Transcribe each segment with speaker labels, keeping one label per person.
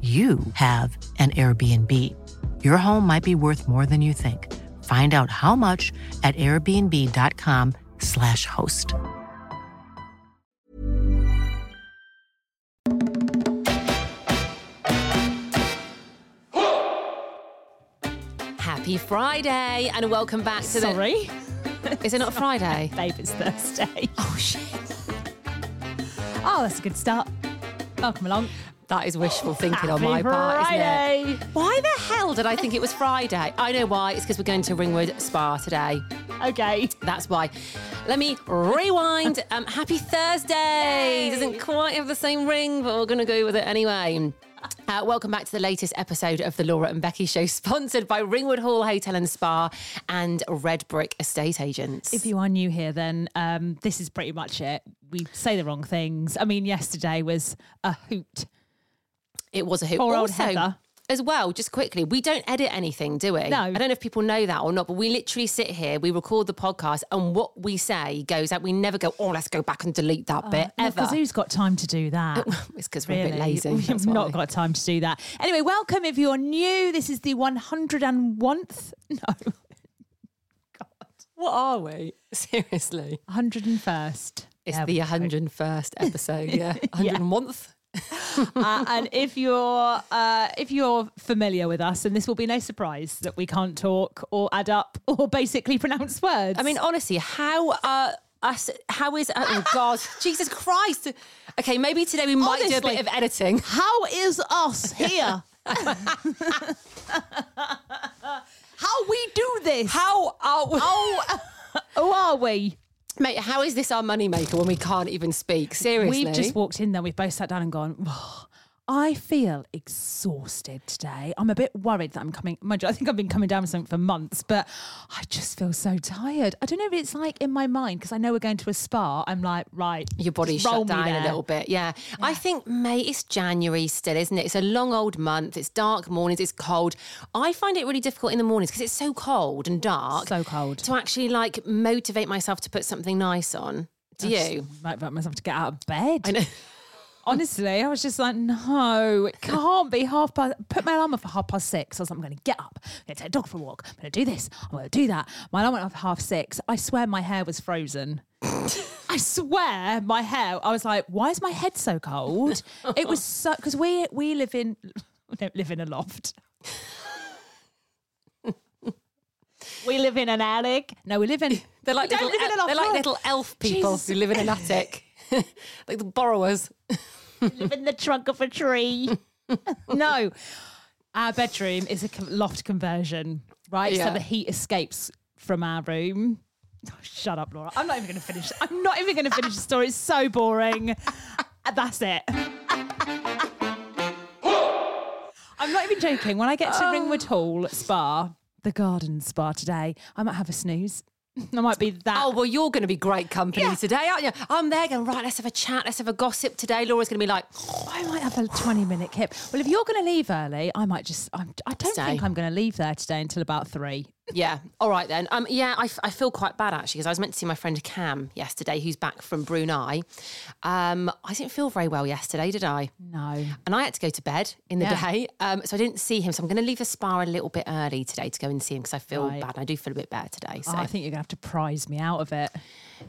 Speaker 1: you have an Airbnb. Your home might be worth more than you think. Find out how much at airbnb.com/slash host.
Speaker 2: Happy Friday and welcome back to
Speaker 3: Sorry,
Speaker 2: the. Is it not Friday?
Speaker 3: babe, it's Thursday.
Speaker 2: Oh shit!
Speaker 3: Oh, that's a good start. Welcome along.
Speaker 2: That is wishful thinking
Speaker 3: Happy
Speaker 2: on my part, isn't it?
Speaker 3: Friday.
Speaker 2: Why the hell did I think it was Friday? I know why. It's because we're going to Ringwood Spa today.
Speaker 3: Okay.
Speaker 2: That's why. Let me rewind. Um, happy Thursday. Doesn't quite have the same ring, but we're going to go with it anyway. Uh, welcome back to the latest episode of the Laura and Becky Show, sponsored by Ringwood Hall Hotel and Spa and Red Brick Estate Agents.
Speaker 3: If you are new here, then um, this is pretty much it. We say the wrong things. I mean, yesterday was a hoot.
Speaker 2: It was a hoot.
Speaker 3: Poor old
Speaker 2: also,
Speaker 3: Heather.
Speaker 2: As well, just quickly, we don't edit anything, do we?
Speaker 3: No.
Speaker 2: I don't know if people know that or not, but we literally sit here, we record the podcast, and what we say goes out. We never go, oh, let's go back and delete that bit ever.
Speaker 3: Because Uh, who's got time to do that?
Speaker 2: It's because we're a bit
Speaker 3: Really,
Speaker 2: lazy.
Speaker 3: We've
Speaker 2: that's
Speaker 3: not
Speaker 2: why.
Speaker 3: got time to do that. Anyway, welcome if you're new. This is the 101th. No,
Speaker 2: What are we? Seriously.
Speaker 3: 101st.
Speaker 2: It's
Speaker 3: Yeah.
Speaker 2: the 101st episode, yeah. 101th.
Speaker 3: uh, and if you're uh, if you're familiar with us, and this will be no surprise that we can't talk or add up or basically pronounce words.
Speaker 2: I mean, honestly, how are us, how is, oh God, Jesus Christ. Okay, maybe today we might do a
Speaker 3: Honestly.
Speaker 2: bit of editing.
Speaker 3: how is us here? how we do this?
Speaker 2: How are we?
Speaker 3: oh, who are we?
Speaker 2: Mate, how is this our moneymaker when we can't even speak? Seriously.
Speaker 3: We've just walked in there. We've both sat down and gone. "Oh, I feel exhausted today. I'm a bit worried that I'm coming. Mind you, I think I've been coming down with something for months, but I just feel so tired. I don't know if it's like in my mind because I know we're going to a spa. I'm like, right,
Speaker 2: your body's
Speaker 3: just roll
Speaker 2: shut
Speaker 3: me
Speaker 2: down
Speaker 3: there.
Speaker 2: a little bit. Yeah. I think May it's January still, isn't it? It's a long old month. It's dark mornings. It's cold. I find it really difficult in the mornings because it's so cold and dark.
Speaker 3: So cold.
Speaker 2: To actually like motivate myself to put something nice on. Do
Speaker 3: I
Speaker 2: you?
Speaker 3: just might about myself to get out of bed.
Speaker 2: I know.
Speaker 3: Honestly, I was just like, no, it can't be half past. Put my alarm up for half past six. I was like, I'm going to get up. I'm going to take a dog for a walk. I'm going to do this. I'm going to do that. My alarm went off at half six. I swear my hair was frozen. I swear my hair. I was like, why is my head so cold? It was so because we we live in we don't live in a loft. we live in an attic. No, we live in.
Speaker 2: They're like
Speaker 3: we
Speaker 2: little,
Speaker 3: don't live in a
Speaker 2: el-
Speaker 3: loft.
Speaker 2: they're like
Speaker 3: look.
Speaker 2: little elf people
Speaker 3: Jesus.
Speaker 2: who live in an attic. like the borrowers.
Speaker 3: live in the trunk of a tree. no, our bedroom is a com- loft conversion, right?
Speaker 2: Yeah.
Speaker 3: So the heat escapes from our room. Oh, shut up, Laura. I'm not even going to finish. I'm not even going to finish the story. It's so boring. Uh, That's it. I'm not even joking. When I get to Ringwood Hall Spa, the garden spa today, I might have a snooze. I might be that.
Speaker 2: Oh, well, you're going to be great company today, aren't you? I'm there going, right, let's have a chat, let's have a gossip today. Laura's going to be like,
Speaker 3: I might have a 20 minute kip. Well, if you're going to leave early, I might just, I'm, I don't
Speaker 2: Stay.
Speaker 3: think I'm going to leave there today until about three.
Speaker 2: yeah, all right then. Um, yeah, I, f- I feel quite bad actually because I was meant to see my friend Cam yesterday, who's back from Brunei. Um, I didn't feel very well yesterday, did I?
Speaker 3: No.
Speaker 2: And I had to go to bed in the
Speaker 3: Yeah.
Speaker 2: day. Um, so I didn't see him. So I'm going to leave the spa a little bit early today to go and see him because I feel
Speaker 3: Right.
Speaker 2: bad. I do feel a bit better today. So
Speaker 3: Oh, I think you're going to have to prize me out of it.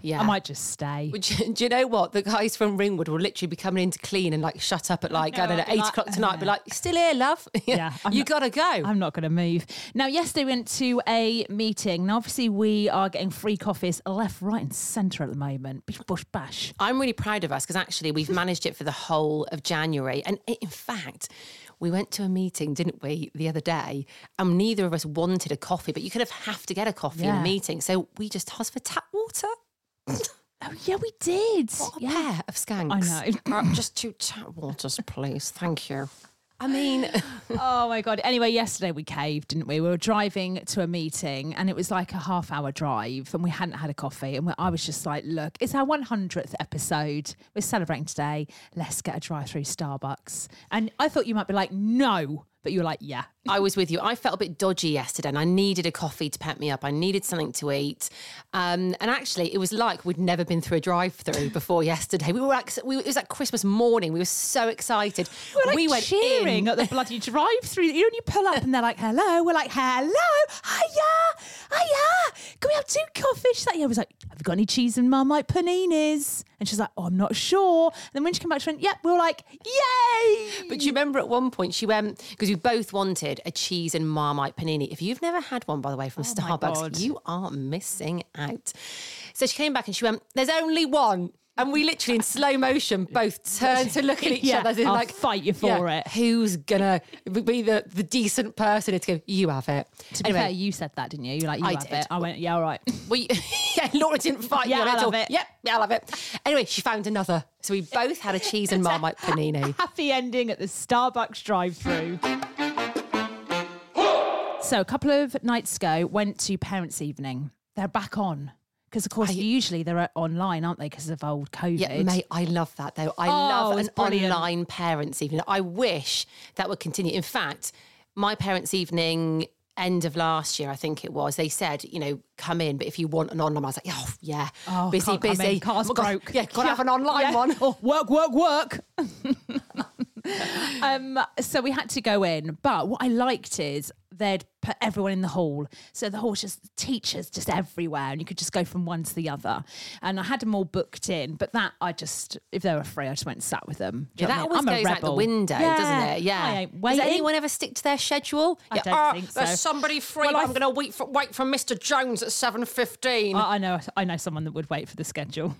Speaker 2: yeah.
Speaker 3: I might just stay.
Speaker 2: Would you- do you know what? The guys from Ringwood will literally be coming in to clean and like shut up at like, I don't know,
Speaker 3: I'll be
Speaker 2: eight
Speaker 3: like,
Speaker 2: o'clock tonight, be like, "You're still here, love.
Speaker 3: Yeah, I'm
Speaker 2: you
Speaker 3: not-
Speaker 2: got to go.
Speaker 3: I'm not going to move. Now, yesterday we went to a meeting. Now, obviously, we are getting free coffees left, right, and centre at the moment. Bish, bush, bash.
Speaker 2: I'm really proud of us because actually we've managed it for the whole of January. And i- in fact, we went to a meeting, didn't we, the other day? And neither of us wanted a coffee, but you kind of have to get a coffee in a
Speaker 3: Yeah.
Speaker 2: meeting. So we just asked for tap water.
Speaker 3: Oh, yeah, we did.
Speaker 2: What a
Speaker 3: yeah.
Speaker 2: pair of skanks.
Speaker 3: know.
Speaker 2: Uh, just two tap waters, please. Thank you. I mean,
Speaker 3: Oh my god. Anyway, yesterday we caved, didn't we? We were driving to a meeting and it was like a half hour drive and we hadn't had a coffee and we- I was just like, look, it's our 100th episode. We're celebrating today. Let's get a drive-through Starbucks. And I thought you might be like, "No." But you were like, "Yeah."
Speaker 2: I was with you. I felt a bit dodgy yesterday and I needed a coffee to pep me up. I needed something to eat. Um, and actually, it was like we'd never been through a drive through before yesterday. We were like, we, it was like Christmas morning. We were so excited. We,
Speaker 3: We're like cheering
Speaker 2: in.
Speaker 3: at the bloody drive-through. You know, when you pull up and they're like, "Hello," we're like, "Hello, hiya, hiya." Can we have two coffees? She's like, "Yeah." I was like, "Have you got any cheese and marmite paninis?" And she's like, "Oh, I'm not sure." And then when she came back, she went, "Yep." We were like, "Yay!"
Speaker 2: But do you remember at one point she went because we both wanted a cheese and marmite panini. If you've never had one, by the way, from
Speaker 3: Oh God.
Speaker 2: Starbucks, you are missing out. So she came back and she went, "There's only one." And we literally, in slow motion, both turned to look at each
Speaker 3: Yeah,
Speaker 2: other, as in
Speaker 3: I'll
Speaker 2: like,
Speaker 3: fight you for it.
Speaker 2: Who's gonna be the, the decent person to go? You have it.
Speaker 3: To be fair, you said that, didn't you? You're like, you
Speaker 2: I
Speaker 3: have
Speaker 2: did.
Speaker 3: it. I went, yeah, all right.
Speaker 2: We, yeah, Laura didn't fight
Speaker 3: Yeah,
Speaker 2: you on
Speaker 3: I
Speaker 2: it at
Speaker 3: love
Speaker 2: all.
Speaker 3: it.
Speaker 2: Yep, yeah, I love it. Anyway, she found another, so we both had a cheese and marmite panini.
Speaker 3: Happy ending at the Starbucks drive-through. so a couple of nights ago, went to parents' evening. They're back on because, of course, usually they're uh, online, aren't they? Because of old COVID.
Speaker 2: Yeah, mate, I love that though. I
Speaker 3: Oh,
Speaker 2: love
Speaker 3: it's
Speaker 2: an
Speaker 3: brilliant.
Speaker 2: online parents' evening. I wish that would continue. In fact, my parents' evening end of last year, I think it was, they said, you know, come in, but if you want an online, I was like, oh, yeah,
Speaker 3: Oh,
Speaker 2: busy,
Speaker 3: can't come in.
Speaker 2: busy.
Speaker 3: Car's
Speaker 2: Oh my God,
Speaker 3: broke.
Speaker 2: Yeah, gotta have an online
Speaker 3: Yeah.
Speaker 2: one.
Speaker 3: Oh, work, work, work. um, so we had to go in, but what I liked is they'd put everyone in the hall. So the hall was just teachers just everywhere, and you could just go from one to the other. And I had them all booked in, but that I just, if they were free, I just went and sat with them. Do you
Speaker 2: Yeah,
Speaker 3: know
Speaker 2: that
Speaker 3: what I
Speaker 2: always
Speaker 3: mean? I'm a
Speaker 2: goes out the
Speaker 3: rebel.
Speaker 2: window, doesn't
Speaker 3: Yeah,
Speaker 2: it? Yeah.
Speaker 3: I ain't
Speaker 2: Does
Speaker 3: waiting.
Speaker 2: anyone ever stick to their schedule?
Speaker 3: I
Speaker 2: yeah,
Speaker 3: don't
Speaker 2: "Ah,
Speaker 3: think so."
Speaker 2: There's somebody free.
Speaker 3: Well,
Speaker 2: but
Speaker 3: I
Speaker 2: I'm going to wait for wait for Mr. Jones at seven fifteen.
Speaker 3: I I know, I know someone that would wait for the schedule.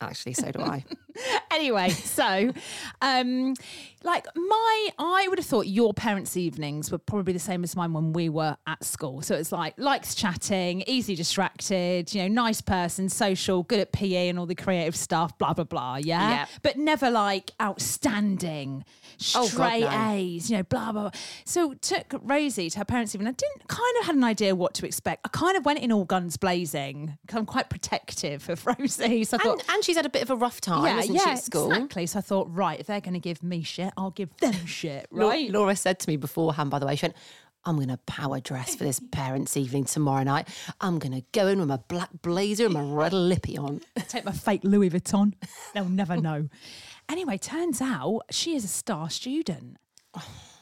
Speaker 2: Actually, so do I.
Speaker 3: anyway, so um like my I would have thought your parents' evenings were probably the same as mine when we were at school. So it's like likes chatting, easily distracted, you know, nice person, social, good at PE and all the creative stuff, blah blah blah, yeah.
Speaker 2: Yeah.
Speaker 3: But never like outstanding,
Speaker 2: Oh, God,
Speaker 3: straight
Speaker 2: no.
Speaker 3: A's, you know, blah blah blah. So took Rosie to her parents' evening. I didn't kind of had an idea what to expect. I kind of went in all guns blazing because I'm quite protective of Rosie. So I thought
Speaker 2: and, and she's had a bit of a rough time, hasn't she, at school?
Speaker 3: exactly. So I thought, right, if they're going to give me shit, I'll give them shit,
Speaker 2: Lau-
Speaker 3: right?
Speaker 2: Laura said to me beforehand, by the way, she went, I'm going to power dress for this parents' evening tomorrow night. I'm going to go in with my black blazer and my red lippy on.
Speaker 3: Take my fake Louis Vuitton. They'll never know. Anyway, turns out she is a star student.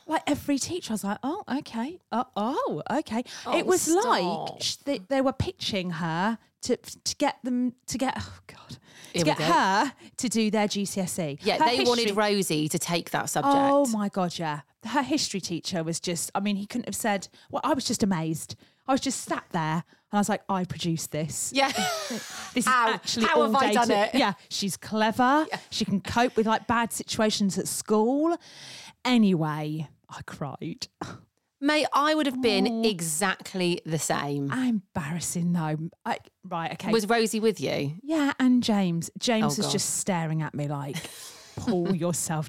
Speaker 3: Like every teacher, I was like, oh, okay, uh, oh, okay. it was like sh- they, they were pitching her to to get them to get oh god
Speaker 2: Here we
Speaker 3: to get
Speaker 2: go.
Speaker 3: her to do their GCSE.
Speaker 2: Yeah,
Speaker 3: E. Her
Speaker 2: they wanted
Speaker 3: history-
Speaker 2: Rosie to take that subject.
Speaker 3: Oh my god, yeah. Her history teacher was just I mean, he couldn't have said well, I was just amazed. I was just sat there and I was like, I produced this.
Speaker 2: Yeah.
Speaker 3: This
Speaker 2: How-
Speaker 3: is actually
Speaker 2: how
Speaker 3: all
Speaker 2: have I
Speaker 3: day
Speaker 2: done
Speaker 3: to-"
Speaker 2: it?
Speaker 3: Yeah. She's clever. She can cope with like bad situations at school. Anyway, I cried.
Speaker 2: Mate, I would have been exactly the same.
Speaker 3: Embarrassing though. I, right, okay.
Speaker 2: Was Rosie with you?
Speaker 3: yeah, and James. James was
Speaker 2: Oh, God.
Speaker 3: just staring at me like pull yourself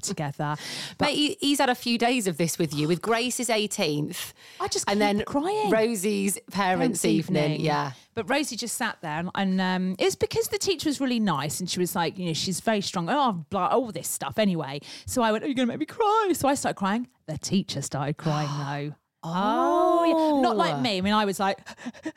Speaker 3: together. But
Speaker 2: Mate, he- he's had a few days of this with you. With Grace's 18th,
Speaker 3: I just
Speaker 2: and
Speaker 3: keep
Speaker 2: then
Speaker 3: crying.
Speaker 2: Rosie's parents' evening. Yeah,
Speaker 3: But Rosie just sat there, and, and um, it's because the teacher was really nice, and she was like, you know, she's very strong. Oh, blah, all this stuff. Anyway, so I went, "Are you going to make me cry?" So I started crying. The teacher started crying though. Oh, yeah. not like me. I mean, I was like,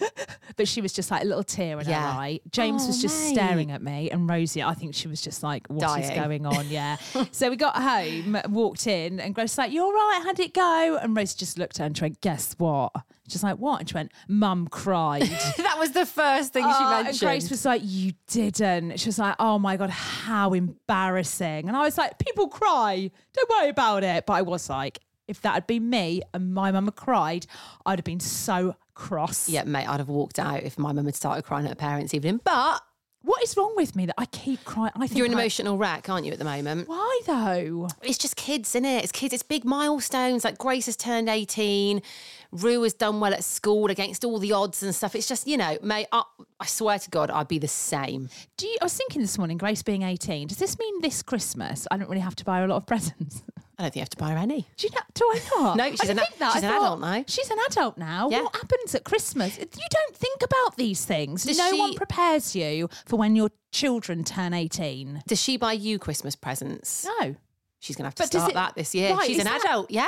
Speaker 3: but she was just like a little tear in
Speaker 2: Yeah. Oh,
Speaker 3: her eye. James was just
Speaker 2: mate.
Speaker 3: staring at me, and Rosie, I think she was just like, "What is
Speaker 2: Dying.
Speaker 3: going on?" Yeah. so we got home, walked in, and Grace was like, "You're right. How'd it go?" And Rosie just looked at her and she went, "Guess what?" She's like, "What?" And she went, "Mum cried."
Speaker 2: that was the first thing she
Speaker 3: Oh,
Speaker 2: mentioned.
Speaker 3: and Grace was like, "You didn't." She was like, "Oh my god, how embarrassing!" And I was like, "People cry. Don't worry about it." But I was like, if that had been me and my mum had cried, I'd have been so cross.
Speaker 2: yeah, mate, I'd have walked out if my mum had started crying at her parents' evening. But
Speaker 3: What is wrong with me that I keep crying? I think
Speaker 2: you're an
Speaker 3: I-
Speaker 2: emotional wreck, aren't you, at the moment?
Speaker 3: Why though?
Speaker 2: It's just kids, isn't it? It's kids. It's big milestones. Like Grace has turned 18. Rue has done well at school against all the odds and stuff. It's just, you know, mate, I, I swear to God, I'd be the same.
Speaker 3: Do you, I was thinking this morning, Grace being 18, does this mean this Christmas I don't really have to buy her a lot of presents?
Speaker 2: I don't think you have to buy her any.
Speaker 3: Do you know? Do I not?
Speaker 2: No,
Speaker 3: I
Speaker 2: she's
Speaker 3: didn't
Speaker 2: an a-
Speaker 3: think that.
Speaker 2: she's
Speaker 3: I
Speaker 2: an
Speaker 3: thought,
Speaker 2: adult now.
Speaker 3: She's an adult now.
Speaker 2: Yeah.
Speaker 3: What happens at Christmas? You don't think about these things.
Speaker 2: Does
Speaker 3: no one
Speaker 2: she-
Speaker 3: prepares you for when your children turn eighteen.
Speaker 2: Does she buy you Christmas presents?
Speaker 3: No,
Speaker 2: She's going to have to
Speaker 3: But does
Speaker 2: start
Speaker 3: it-
Speaker 2: that this year.
Speaker 3: Right,
Speaker 2: She's
Speaker 3: is
Speaker 2: an
Speaker 3: that-
Speaker 2: adult, yeah.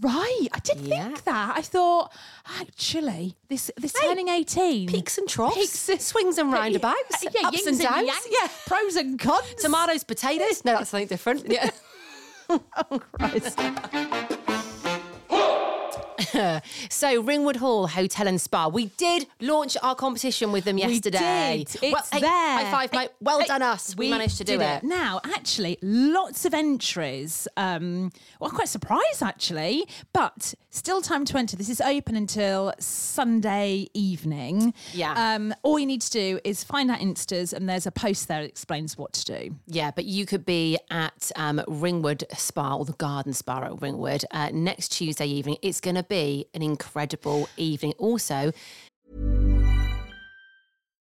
Speaker 3: right? I did
Speaker 2: Yeah.
Speaker 3: think that. I thought actually, this this
Speaker 2: Hey,
Speaker 3: turning eighteen
Speaker 2: Peaks and troughs,
Speaker 3: Peaks
Speaker 2: swings and roundabouts,
Speaker 3: Yeah, yeah,
Speaker 2: ups
Speaker 3: yings
Speaker 2: and downs.
Speaker 3: yanks,
Speaker 2: yeah.
Speaker 3: pros and cons.
Speaker 2: Tomatoes, potatoes. No, that's something different. Yeah.
Speaker 3: Oh,
Speaker 2: so Ringwood Hall Hotel and Spa. We did launch our competition with them yesterday.
Speaker 3: We did. It's
Speaker 2: well, hey,
Speaker 3: there.
Speaker 2: High five, mate. Well
Speaker 3: Hey,
Speaker 2: done us. We, managed to do
Speaker 3: did
Speaker 2: it.
Speaker 3: Now, actually, lots of entries. Um, well, I'm quite surprised, actually, but still time to enter. This is open until Sunday evening.
Speaker 2: Yeah.
Speaker 3: Um, all you need to do is find out Instas, and there's a post there that explains what to do.
Speaker 2: Yeah, but you could be at um, Ringwood Spa or the Garden Spa at Ringwood uh, next Tuesday evening. It's going to be an incredible evening. Also,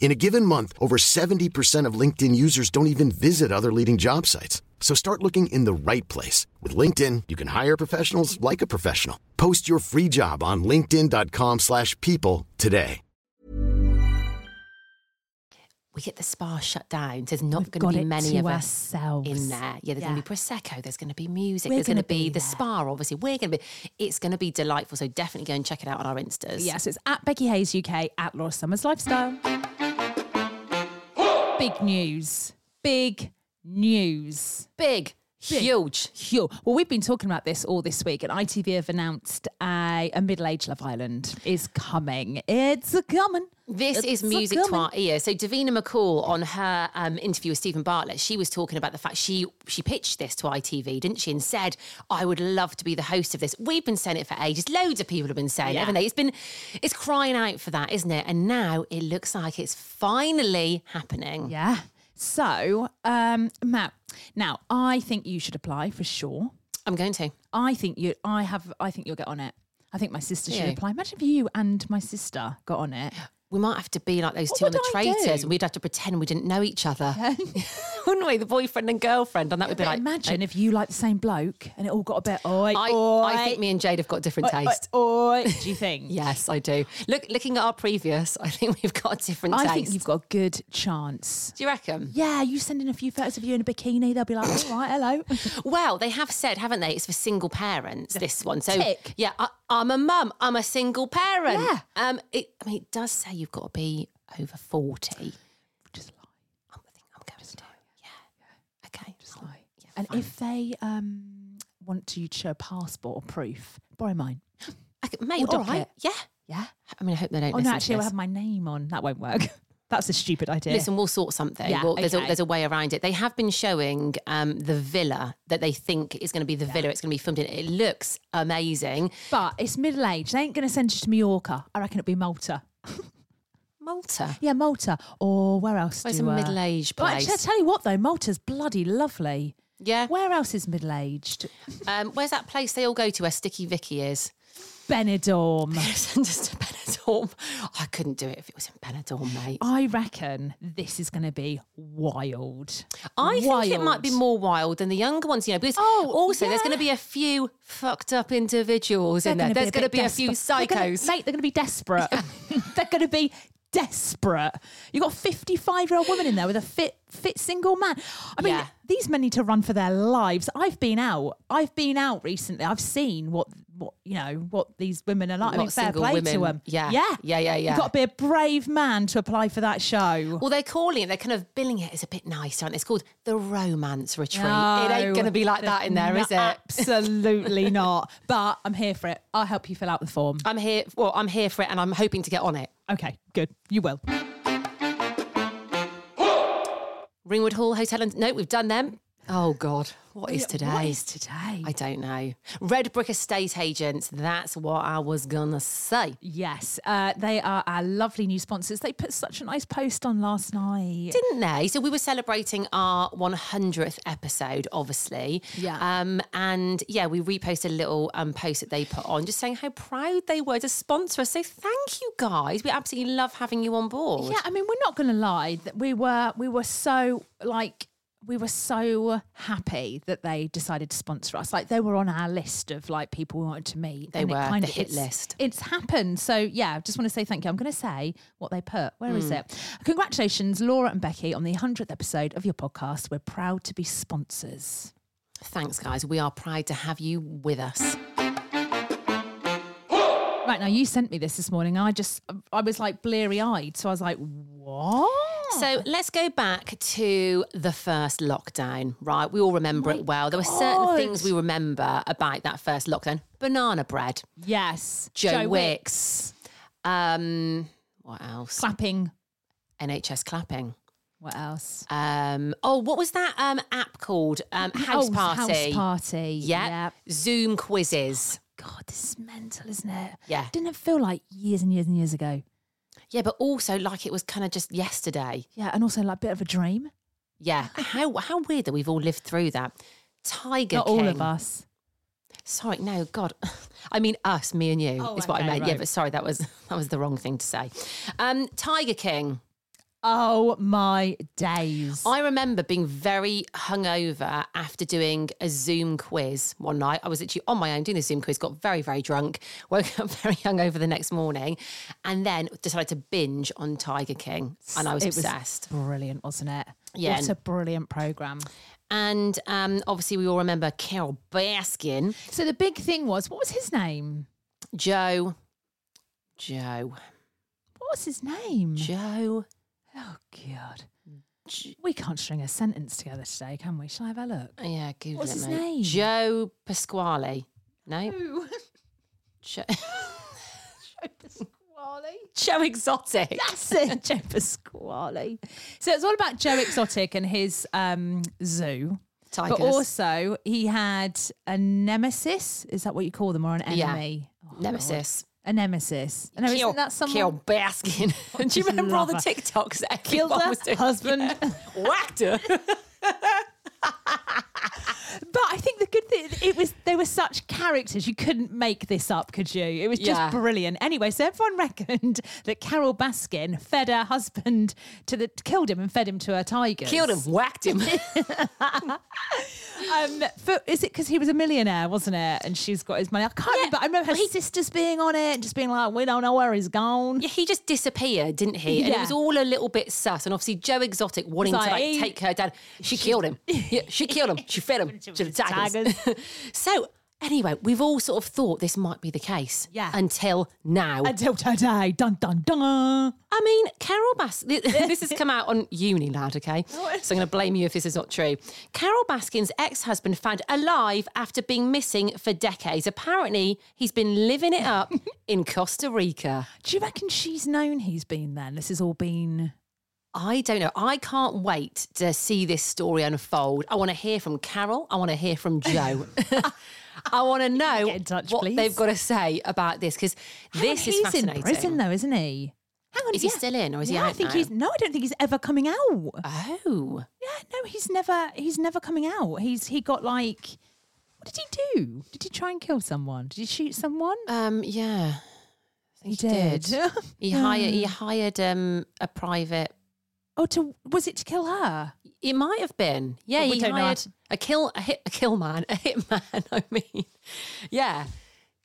Speaker 4: In a given month, over 70% of LinkedIn users don't even visit other leading job sites. So start looking in the right place. With LinkedIn, you can hire professionals like a professional. Post your free job on linkedin.com/people slash people today.
Speaker 2: we get the spa shut down. There's not
Speaker 3: We've
Speaker 2: going to
Speaker 3: got
Speaker 2: be
Speaker 3: it
Speaker 2: many
Speaker 3: to
Speaker 2: of us
Speaker 3: ourselves.
Speaker 2: in there. Yeah, there's going
Speaker 3: Yeah.
Speaker 2: to be prosecco. There's going to be music.
Speaker 3: We're
Speaker 2: there's going to
Speaker 3: gonna
Speaker 2: be,
Speaker 3: be
Speaker 2: the
Speaker 3: there.
Speaker 2: spa. Obviously, we're going to be. It's going to be delightful. So definitely go and check it out on our instas.
Speaker 3: Yes, it's at Becky Hayes UK at Laura Summers Lifestyle. Big news. Big news.
Speaker 2: big, huge.
Speaker 3: Phew. Well, we've been talking about this all this week, and ITV have announced a, a middle aged Love Island is coming. It's a coming.
Speaker 2: This
Speaker 3: It's
Speaker 2: is
Speaker 3: a
Speaker 2: music to
Speaker 3: coming.
Speaker 2: our ears. So Davina McCall on her um, interview with Stephen Bartlett, she was talking about the fact she she pitched this to ITV, didn't she? And said, "I would love to be the host of this." We've been saying it for ages. Loads of people have been saying, it, haven't they? It's been it's crying out for that, isn't it? And now it looks like it's finally happening.
Speaker 3: Yeah. So, um, Matt, now I think you should apply for sure.
Speaker 2: I'm going to.
Speaker 3: I think you. I have. I think you'll get on it. I think my sister should
Speaker 2: Yeah.
Speaker 3: apply. Imagine if you and my sister got on it.
Speaker 2: We might have to be like those
Speaker 3: What
Speaker 2: two on the
Speaker 3: would I
Speaker 2: traitors,
Speaker 3: do?
Speaker 2: and we'd have to pretend we didn't know each other, wouldn't we? The boyfriend and girlfriend, and that would be
Speaker 3: But
Speaker 2: like.
Speaker 3: imagine if you like the same bloke and it all got a bit. Oi,
Speaker 2: I,
Speaker 3: oi,
Speaker 2: I think me and Jade have got different
Speaker 3: oi, oi,
Speaker 2: tastes.
Speaker 3: oi. Do you think?
Speaker 2: Yes, I do. Look, looking at our previous, I think we've got a different
Speaker 3: I
Speaker 2: taste.
Speaker 3: think you've got a good chance.
Speaker 2: Do you reckon?
Speaker 3: Yeah, you send in a few photos of you in a bikini, they'll be like, all right, hello.
Speaker 2: Well, they have said, haven't they? It's for single parents. This one. So
Speaker 3: Tick.
Speaker 2: yeah, I, I'm a mum. I'm a single parent.
Speaker 3: Yeah.
Speaker 2: Um. It, I mean, it does say you've got to be over forty. Just lie. I'm, I think I'm going to.
Speaker 3: And if they um, want you to show a passport or proof, borrow mine.
Speaker 2: Okay, mate,
Speaker 3: Or
Speaker 2: all right.
Speaker 3: docket.
Speaker 2: Yeah.
Speaker 3: Yeah.
Speaker 2: I mean, I hope they don't
Speaker 3: Oh
Speaker 2: listen
Speaker 3: no, actually,
Speaker 2: to
Speaker 3: I'll
Speaker 2: this.
Speaker 3: have my name on. That won't work. That's a stupid idea.
Speaker 2: Listen, we'll sort something.
Speaker 3: Yeah,
Speaker 2: Well, there's, a,
Speaker 3: okay.
Speaker 2: there's a way around it. They have been showing um, the villa that they think is going to be the villa it's going to be filmed in. It looks amazing.
Speaker 3: but it's middle age. They ain't going to send you to Mallorca. I reckon it'll be Malta.
Speaker 2: Malta.
Speaker 3: Yeah, Malta or where else?
Speaker 2: Where's
Speaker 3: do,
Speaker 2: a
Speaker 3: uh,
Speaker 2: middle-aged
Speaker 3: But actually, I
Speaker 2: place?
Speaker 3: tell you what though, Malta's bloody lovely.
Speaker 2: Yeah.
Speaker 3: Where else is middle aged?
Speaker 2: Um, where's that place they all go to where Sticky Vicky is?
Speaker 3: Benidorm.
Speaker 2: Send us to Benidorm. I couldn't do it if it was in Benidorm, mate.
Speaker 3: I reckon this is going to be wild.
Speaker 2: I think it might
Speaker 3: Wild.
Speaker 2: be more wild than the younger ones, you know, because
Speaker 3: Oh,
Speaker 2: also there's going to
Speaker 3: yeah.
Speaker 2: be a few fucked up individuals in
Speaker 3: They're
Speaker 2: there.
Speaker 3: gonna
Speaker 2: There's going to
Speaker 3: be bit
Speaker 2: be a few
Speaker 3: desperate. They're gonna-
Speaker 2: psychos.
Speaker 3: mate, they're going to be desperate. they're going to be desperate. You've got a 55 year old woman in there with a fit, fit single man. I mean,
Speaker 2: Yeah.
Speaker 3: these men need to run for their lives. I've been out. I've been out recently. I've seen what, what you know, what these women are like. I
Speaker 2: What
Speaker 3: mean, fair
Speaker 2: single
Speaker 3: play to
Speaker 2: women-
Speaker 3: them.
Speaker 2: yeah.
Speaker 3: Yeah.
Speaker 2: Yeah, yeah, yeah.
Speaker 3: You've got to be a brave man to apply for that show.
Speaker 2: Well, they're calling it, they're kind of billing it as a bit nicer, aren't they? It's called the romance retreat. it ain't
Speaker 3: No.
Speaker 2: going to be like that in there,
Speaker 3: No,
Speaker 2: is it?
Speaker 3: Absolutely not. But I'm here for it. I'll help you fill out the form.
Speaker 2: I'm here. Well, I'm here for it, and I'm hoping to get on it.
Speaker 3: Okay, good. You will.
Speaker 2: Ringwood Hall Hotel and no, we've done them. Oh God, what is today?
Speaker 3: What is today?
Speaker 2: I don't know. Red Brick Estate Agents. That's what I was gonna say.
Speaker 3: Yes, uh, they are our lovely new sponsors. They put such a nice post on last night.
Speaker 2: Didn't they? So we were celebrating our 100th episode, obviously.
Speaker 3: Yeah.
Speaker 2: Um, and yeah, we reposted a little um, post that they put on, just saying how proud they were to sponsor us. So thank you guys. We absolutely love having you on board.
Speaker 3: Yeah, I mean, we're not going to lie that we were we were so like we were so happy that they decided to sponsor us. Like they were on our list of like people we wanted to meet.
Speaker 2: They
Speaker 3: and it
Speaker 2: were,
Speaker 3: kind
Speaker 2: the
Speaker 3: of-
Speaker 2: hit
Speaker 3: it's-
Speaker 2: list.
Speaker 3: It's happened. So yeah, I just want to say thank you. I'm going to say what they put. Where
Speaker 2: Hmm.
Speaker 3: is it? Congratulations, Laura and Becky, on the hundredth episode of your podcast. We're proud to be sponsors.
Speaker 2: Thanks, guys. We are proud to have you with us.
Speaker 3: Right now, you sent me this this morning. I just, I was like bleary eyed. So I was like, what?
Speaker 2: So let's go back to the first lockdown, right? We all remember it well. There were certain
Speaker 3: God.
Speaker 2: things we remember about that first lockdown. Banana bread,
Speaker 3: yes,
Speaker 2: Joe, Wicks. Um, what else?
Speaker 3: clapping.
Speaker 2: NHS clapping.
Speaker 3: What else?
Speaker 2: Um, oh, what was that um, app called? Um, House
Speaker 3: Oh,
Speaker 2: Party.
Speaker 3: House party.
Speaker 2: Yeah. Zoom quizzes.
Speaker 3: God, this is mental, isn't it?
Speaker 2: Yeah.
Speaker 3: Didn't it feel like years and years and years ago?
Speaker 2: Yeah, but also like it was kind of just yesterday.
Speaker 3: Yeah, and also like a bit of a dream.
Speaker 2: Yeah. How how weird that we've all lived through that. Tiger
Speaker 3: Not
Speaker 2: King.
Speaker 3: all of us.
Speaker 2: Sorry, no, God. I mean us, me and you
Speaker 3: Oh,
Speaker 2: is what I
Speaker 3: okay,
Speaker 2: meant. Yeah,
Speaker 3: right.
Speaker 2: but sorry, that was that was the wrong thing to say. Um, Tiger King.
Speaker 3: Oh my days.
Speaker 2: I remember being very hungover after doing a Zoom quiz one night. I was actually on my own doing the Zoom quiz, got very, very drunk, woke up very hungover the next morning, and then decided to binge on Tiger King. And I was
Speaker 3: it
Speaker 2: obsessed.
Speaker 3: Was brilliant, wasn't it?
Speaker 2: Yeah.
Speaker 3: What a brilliant program.
Speaker 2: And um, obviously, we all remember Carol Baskin,
Speaker 3: So the big thing was, what was his name?
Speaker 2: Joe, Joe,
Speaker 3: What was his name?
Speaker 2: Joe.
Speaker 3: Oh God. We can't string a sentence together today, can we? Shall I have a look?
Speaker 2: Yeah, Google
Speaker 3: What's
Speaker 2: it,
Speaker 3: his
Speaker 2: mate.
Speaker 3: name?
Speaker 2: Joe Pasquale. No. Joe. Joe Exotic.
Speaker 3: That's it, Joe Pasquale. So it's all about Joe Exotic and his um, zoo.
Speaker 2: Tigers.
Speaker 3: But also, he had a nemesis. Is that what you call them, or an
Speaker 2: Yeah.
Speaker 3: enemy? Oh,
Speaker 2: Nemesis.
Speaker 3: Lord. A nemesis. No,
Speaker 2: Carol-
Speaker 3: isn't that someone?
Speaker 2: Carol Baskin. Do you
Speaker 3: just
Speaker 2: remember all the
Speaker 3: love her.
Speaker 2: TikToks that
Speaker 3: Killed
Speaker 2: everyone
Speaker 3: her
Speaker 2: was doing?
Speaker 3: husband.
Speaker 2: Yeah. Whacked her.
Speaker 3: But I think the good thing it was they were such characters you couldn't make this up, could you? It was just
Speaker 2: Yeah.
Speaker 3: brilliant. Anyway, so everyone reckoned that Carol Baskin fed her husband to the killed him and fed him to her tigers.
Speaker 2: Killed him. Whacked him.
Speaker 3: Um, for, is it because he was a millionaire, wasn't it? And she's got his money. I can't remember. I remember her sisters being on it and just being like, "We don't know where he's gone."
Speaker 2: Yeah, he just disappeared, didn't he? And it
Speaker 3: Yeah.
Speaker 2: was all a little bit sus. And obviously, Joe Exotic wanting to
Speaker 3: like,
Speaker 2: like
Speaker 3: he-
Speaker 2: take her down. She, killed him. Yeah, she killed him. She fed him to the tigers.
Speaker 3: tigers.
Speaker 2: so Anyway, we've all sort of thought this might be the case.
Speaker 5: Yeah.
Speaker 2: Until now.
Speaker 5: Until today. Dun, dun, dun.
Speaker 2: I mean, Carol Baskin, this has come out on Unilad, okay? So I'm going to blame you if this is not true. Carol Baskin's ex husband found alive after being missing for decades. Apparently, he's been living it up in Costa Rica.
Speaker 5: Do you reckon she's known he's been there? and This has all been.
Speaker 2: I don't know. I can't wait to see this story unfold. I want to hear from Carol. I want to hear from Joe. I want to know
Speaker 5: Get in touch,
Speaker 2: what
Speaker 5: please.
Speaker 2: they've got to say about this because
Speaker 5: Hang on,
Speaker 2: this is
Speaker 5: he's
Speaker 2: fascinating.
Speaker 5: in prison though, isn't he? Hang on,
Speaker 2: Is he
Speaker 5: yeah.
Speaker 2: still in, or is he
Speaker 5: yeah, I
Speaker 2: out
Speaker 5: think
Speaker 2: now?
Speaker 5: he's. No, I don't think he's ever coming out.
Speaker 2: Oh,
Speaker 5: Yeah, no, he's never. He's never coming out. He's he got like. What did he do? Did he try and kill someone? Did he shoot someone?
Speaker 2: um, yeah. I think He hired
Speaker 5: Hmm.
Speaker 2: he hired um a private.
Speaker 5: oh, to was it to kill her?
Speaker 2: It might have been. Yeah,
Speaker 5: Well, we
Speaker 2: he
Speaker 5: don't know.
Speaker 2: hired a kill a hit a kill man, a hitman, I mean. Yeah.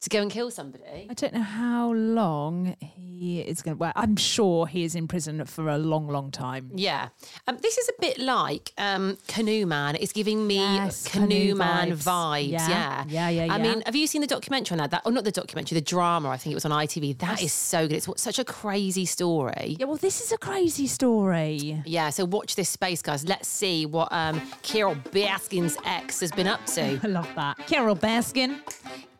Speaker 2: To go and kill somebody.
Speaker 5: I don't know how long he is going. to... Well, I'm sure he is in prison for a long, long time.
Speaker 2: Yeah. Um, this is a bit like um, Canoe Man. It's giving me
Speaker 5: Yes,
Speaker 2: Canoe,
Speaker 5: Canoe
Speaker 2: Man
Speaker 5: vibes.
Speaker 2: vibes.
Speaker 5: Yeah.
Speaker 2: Yeah.
Speaker 5: Yeah, yeah,
Speaker 2: I
Speaker 5: yeah.
Speaker 2: mean, have you seen the documentary on that? that or not the documentary, the drama, I think it was on ITV. That is so good. It's what- such a crazy story.
Speaker 5: Yeah. Well, this is a crazy story.
Speaker 2: Yeah, so watch this space, guys. Let's see what um, Carol Baskin's ex has been up to.
Speaker 5: I love that. Carol Baskin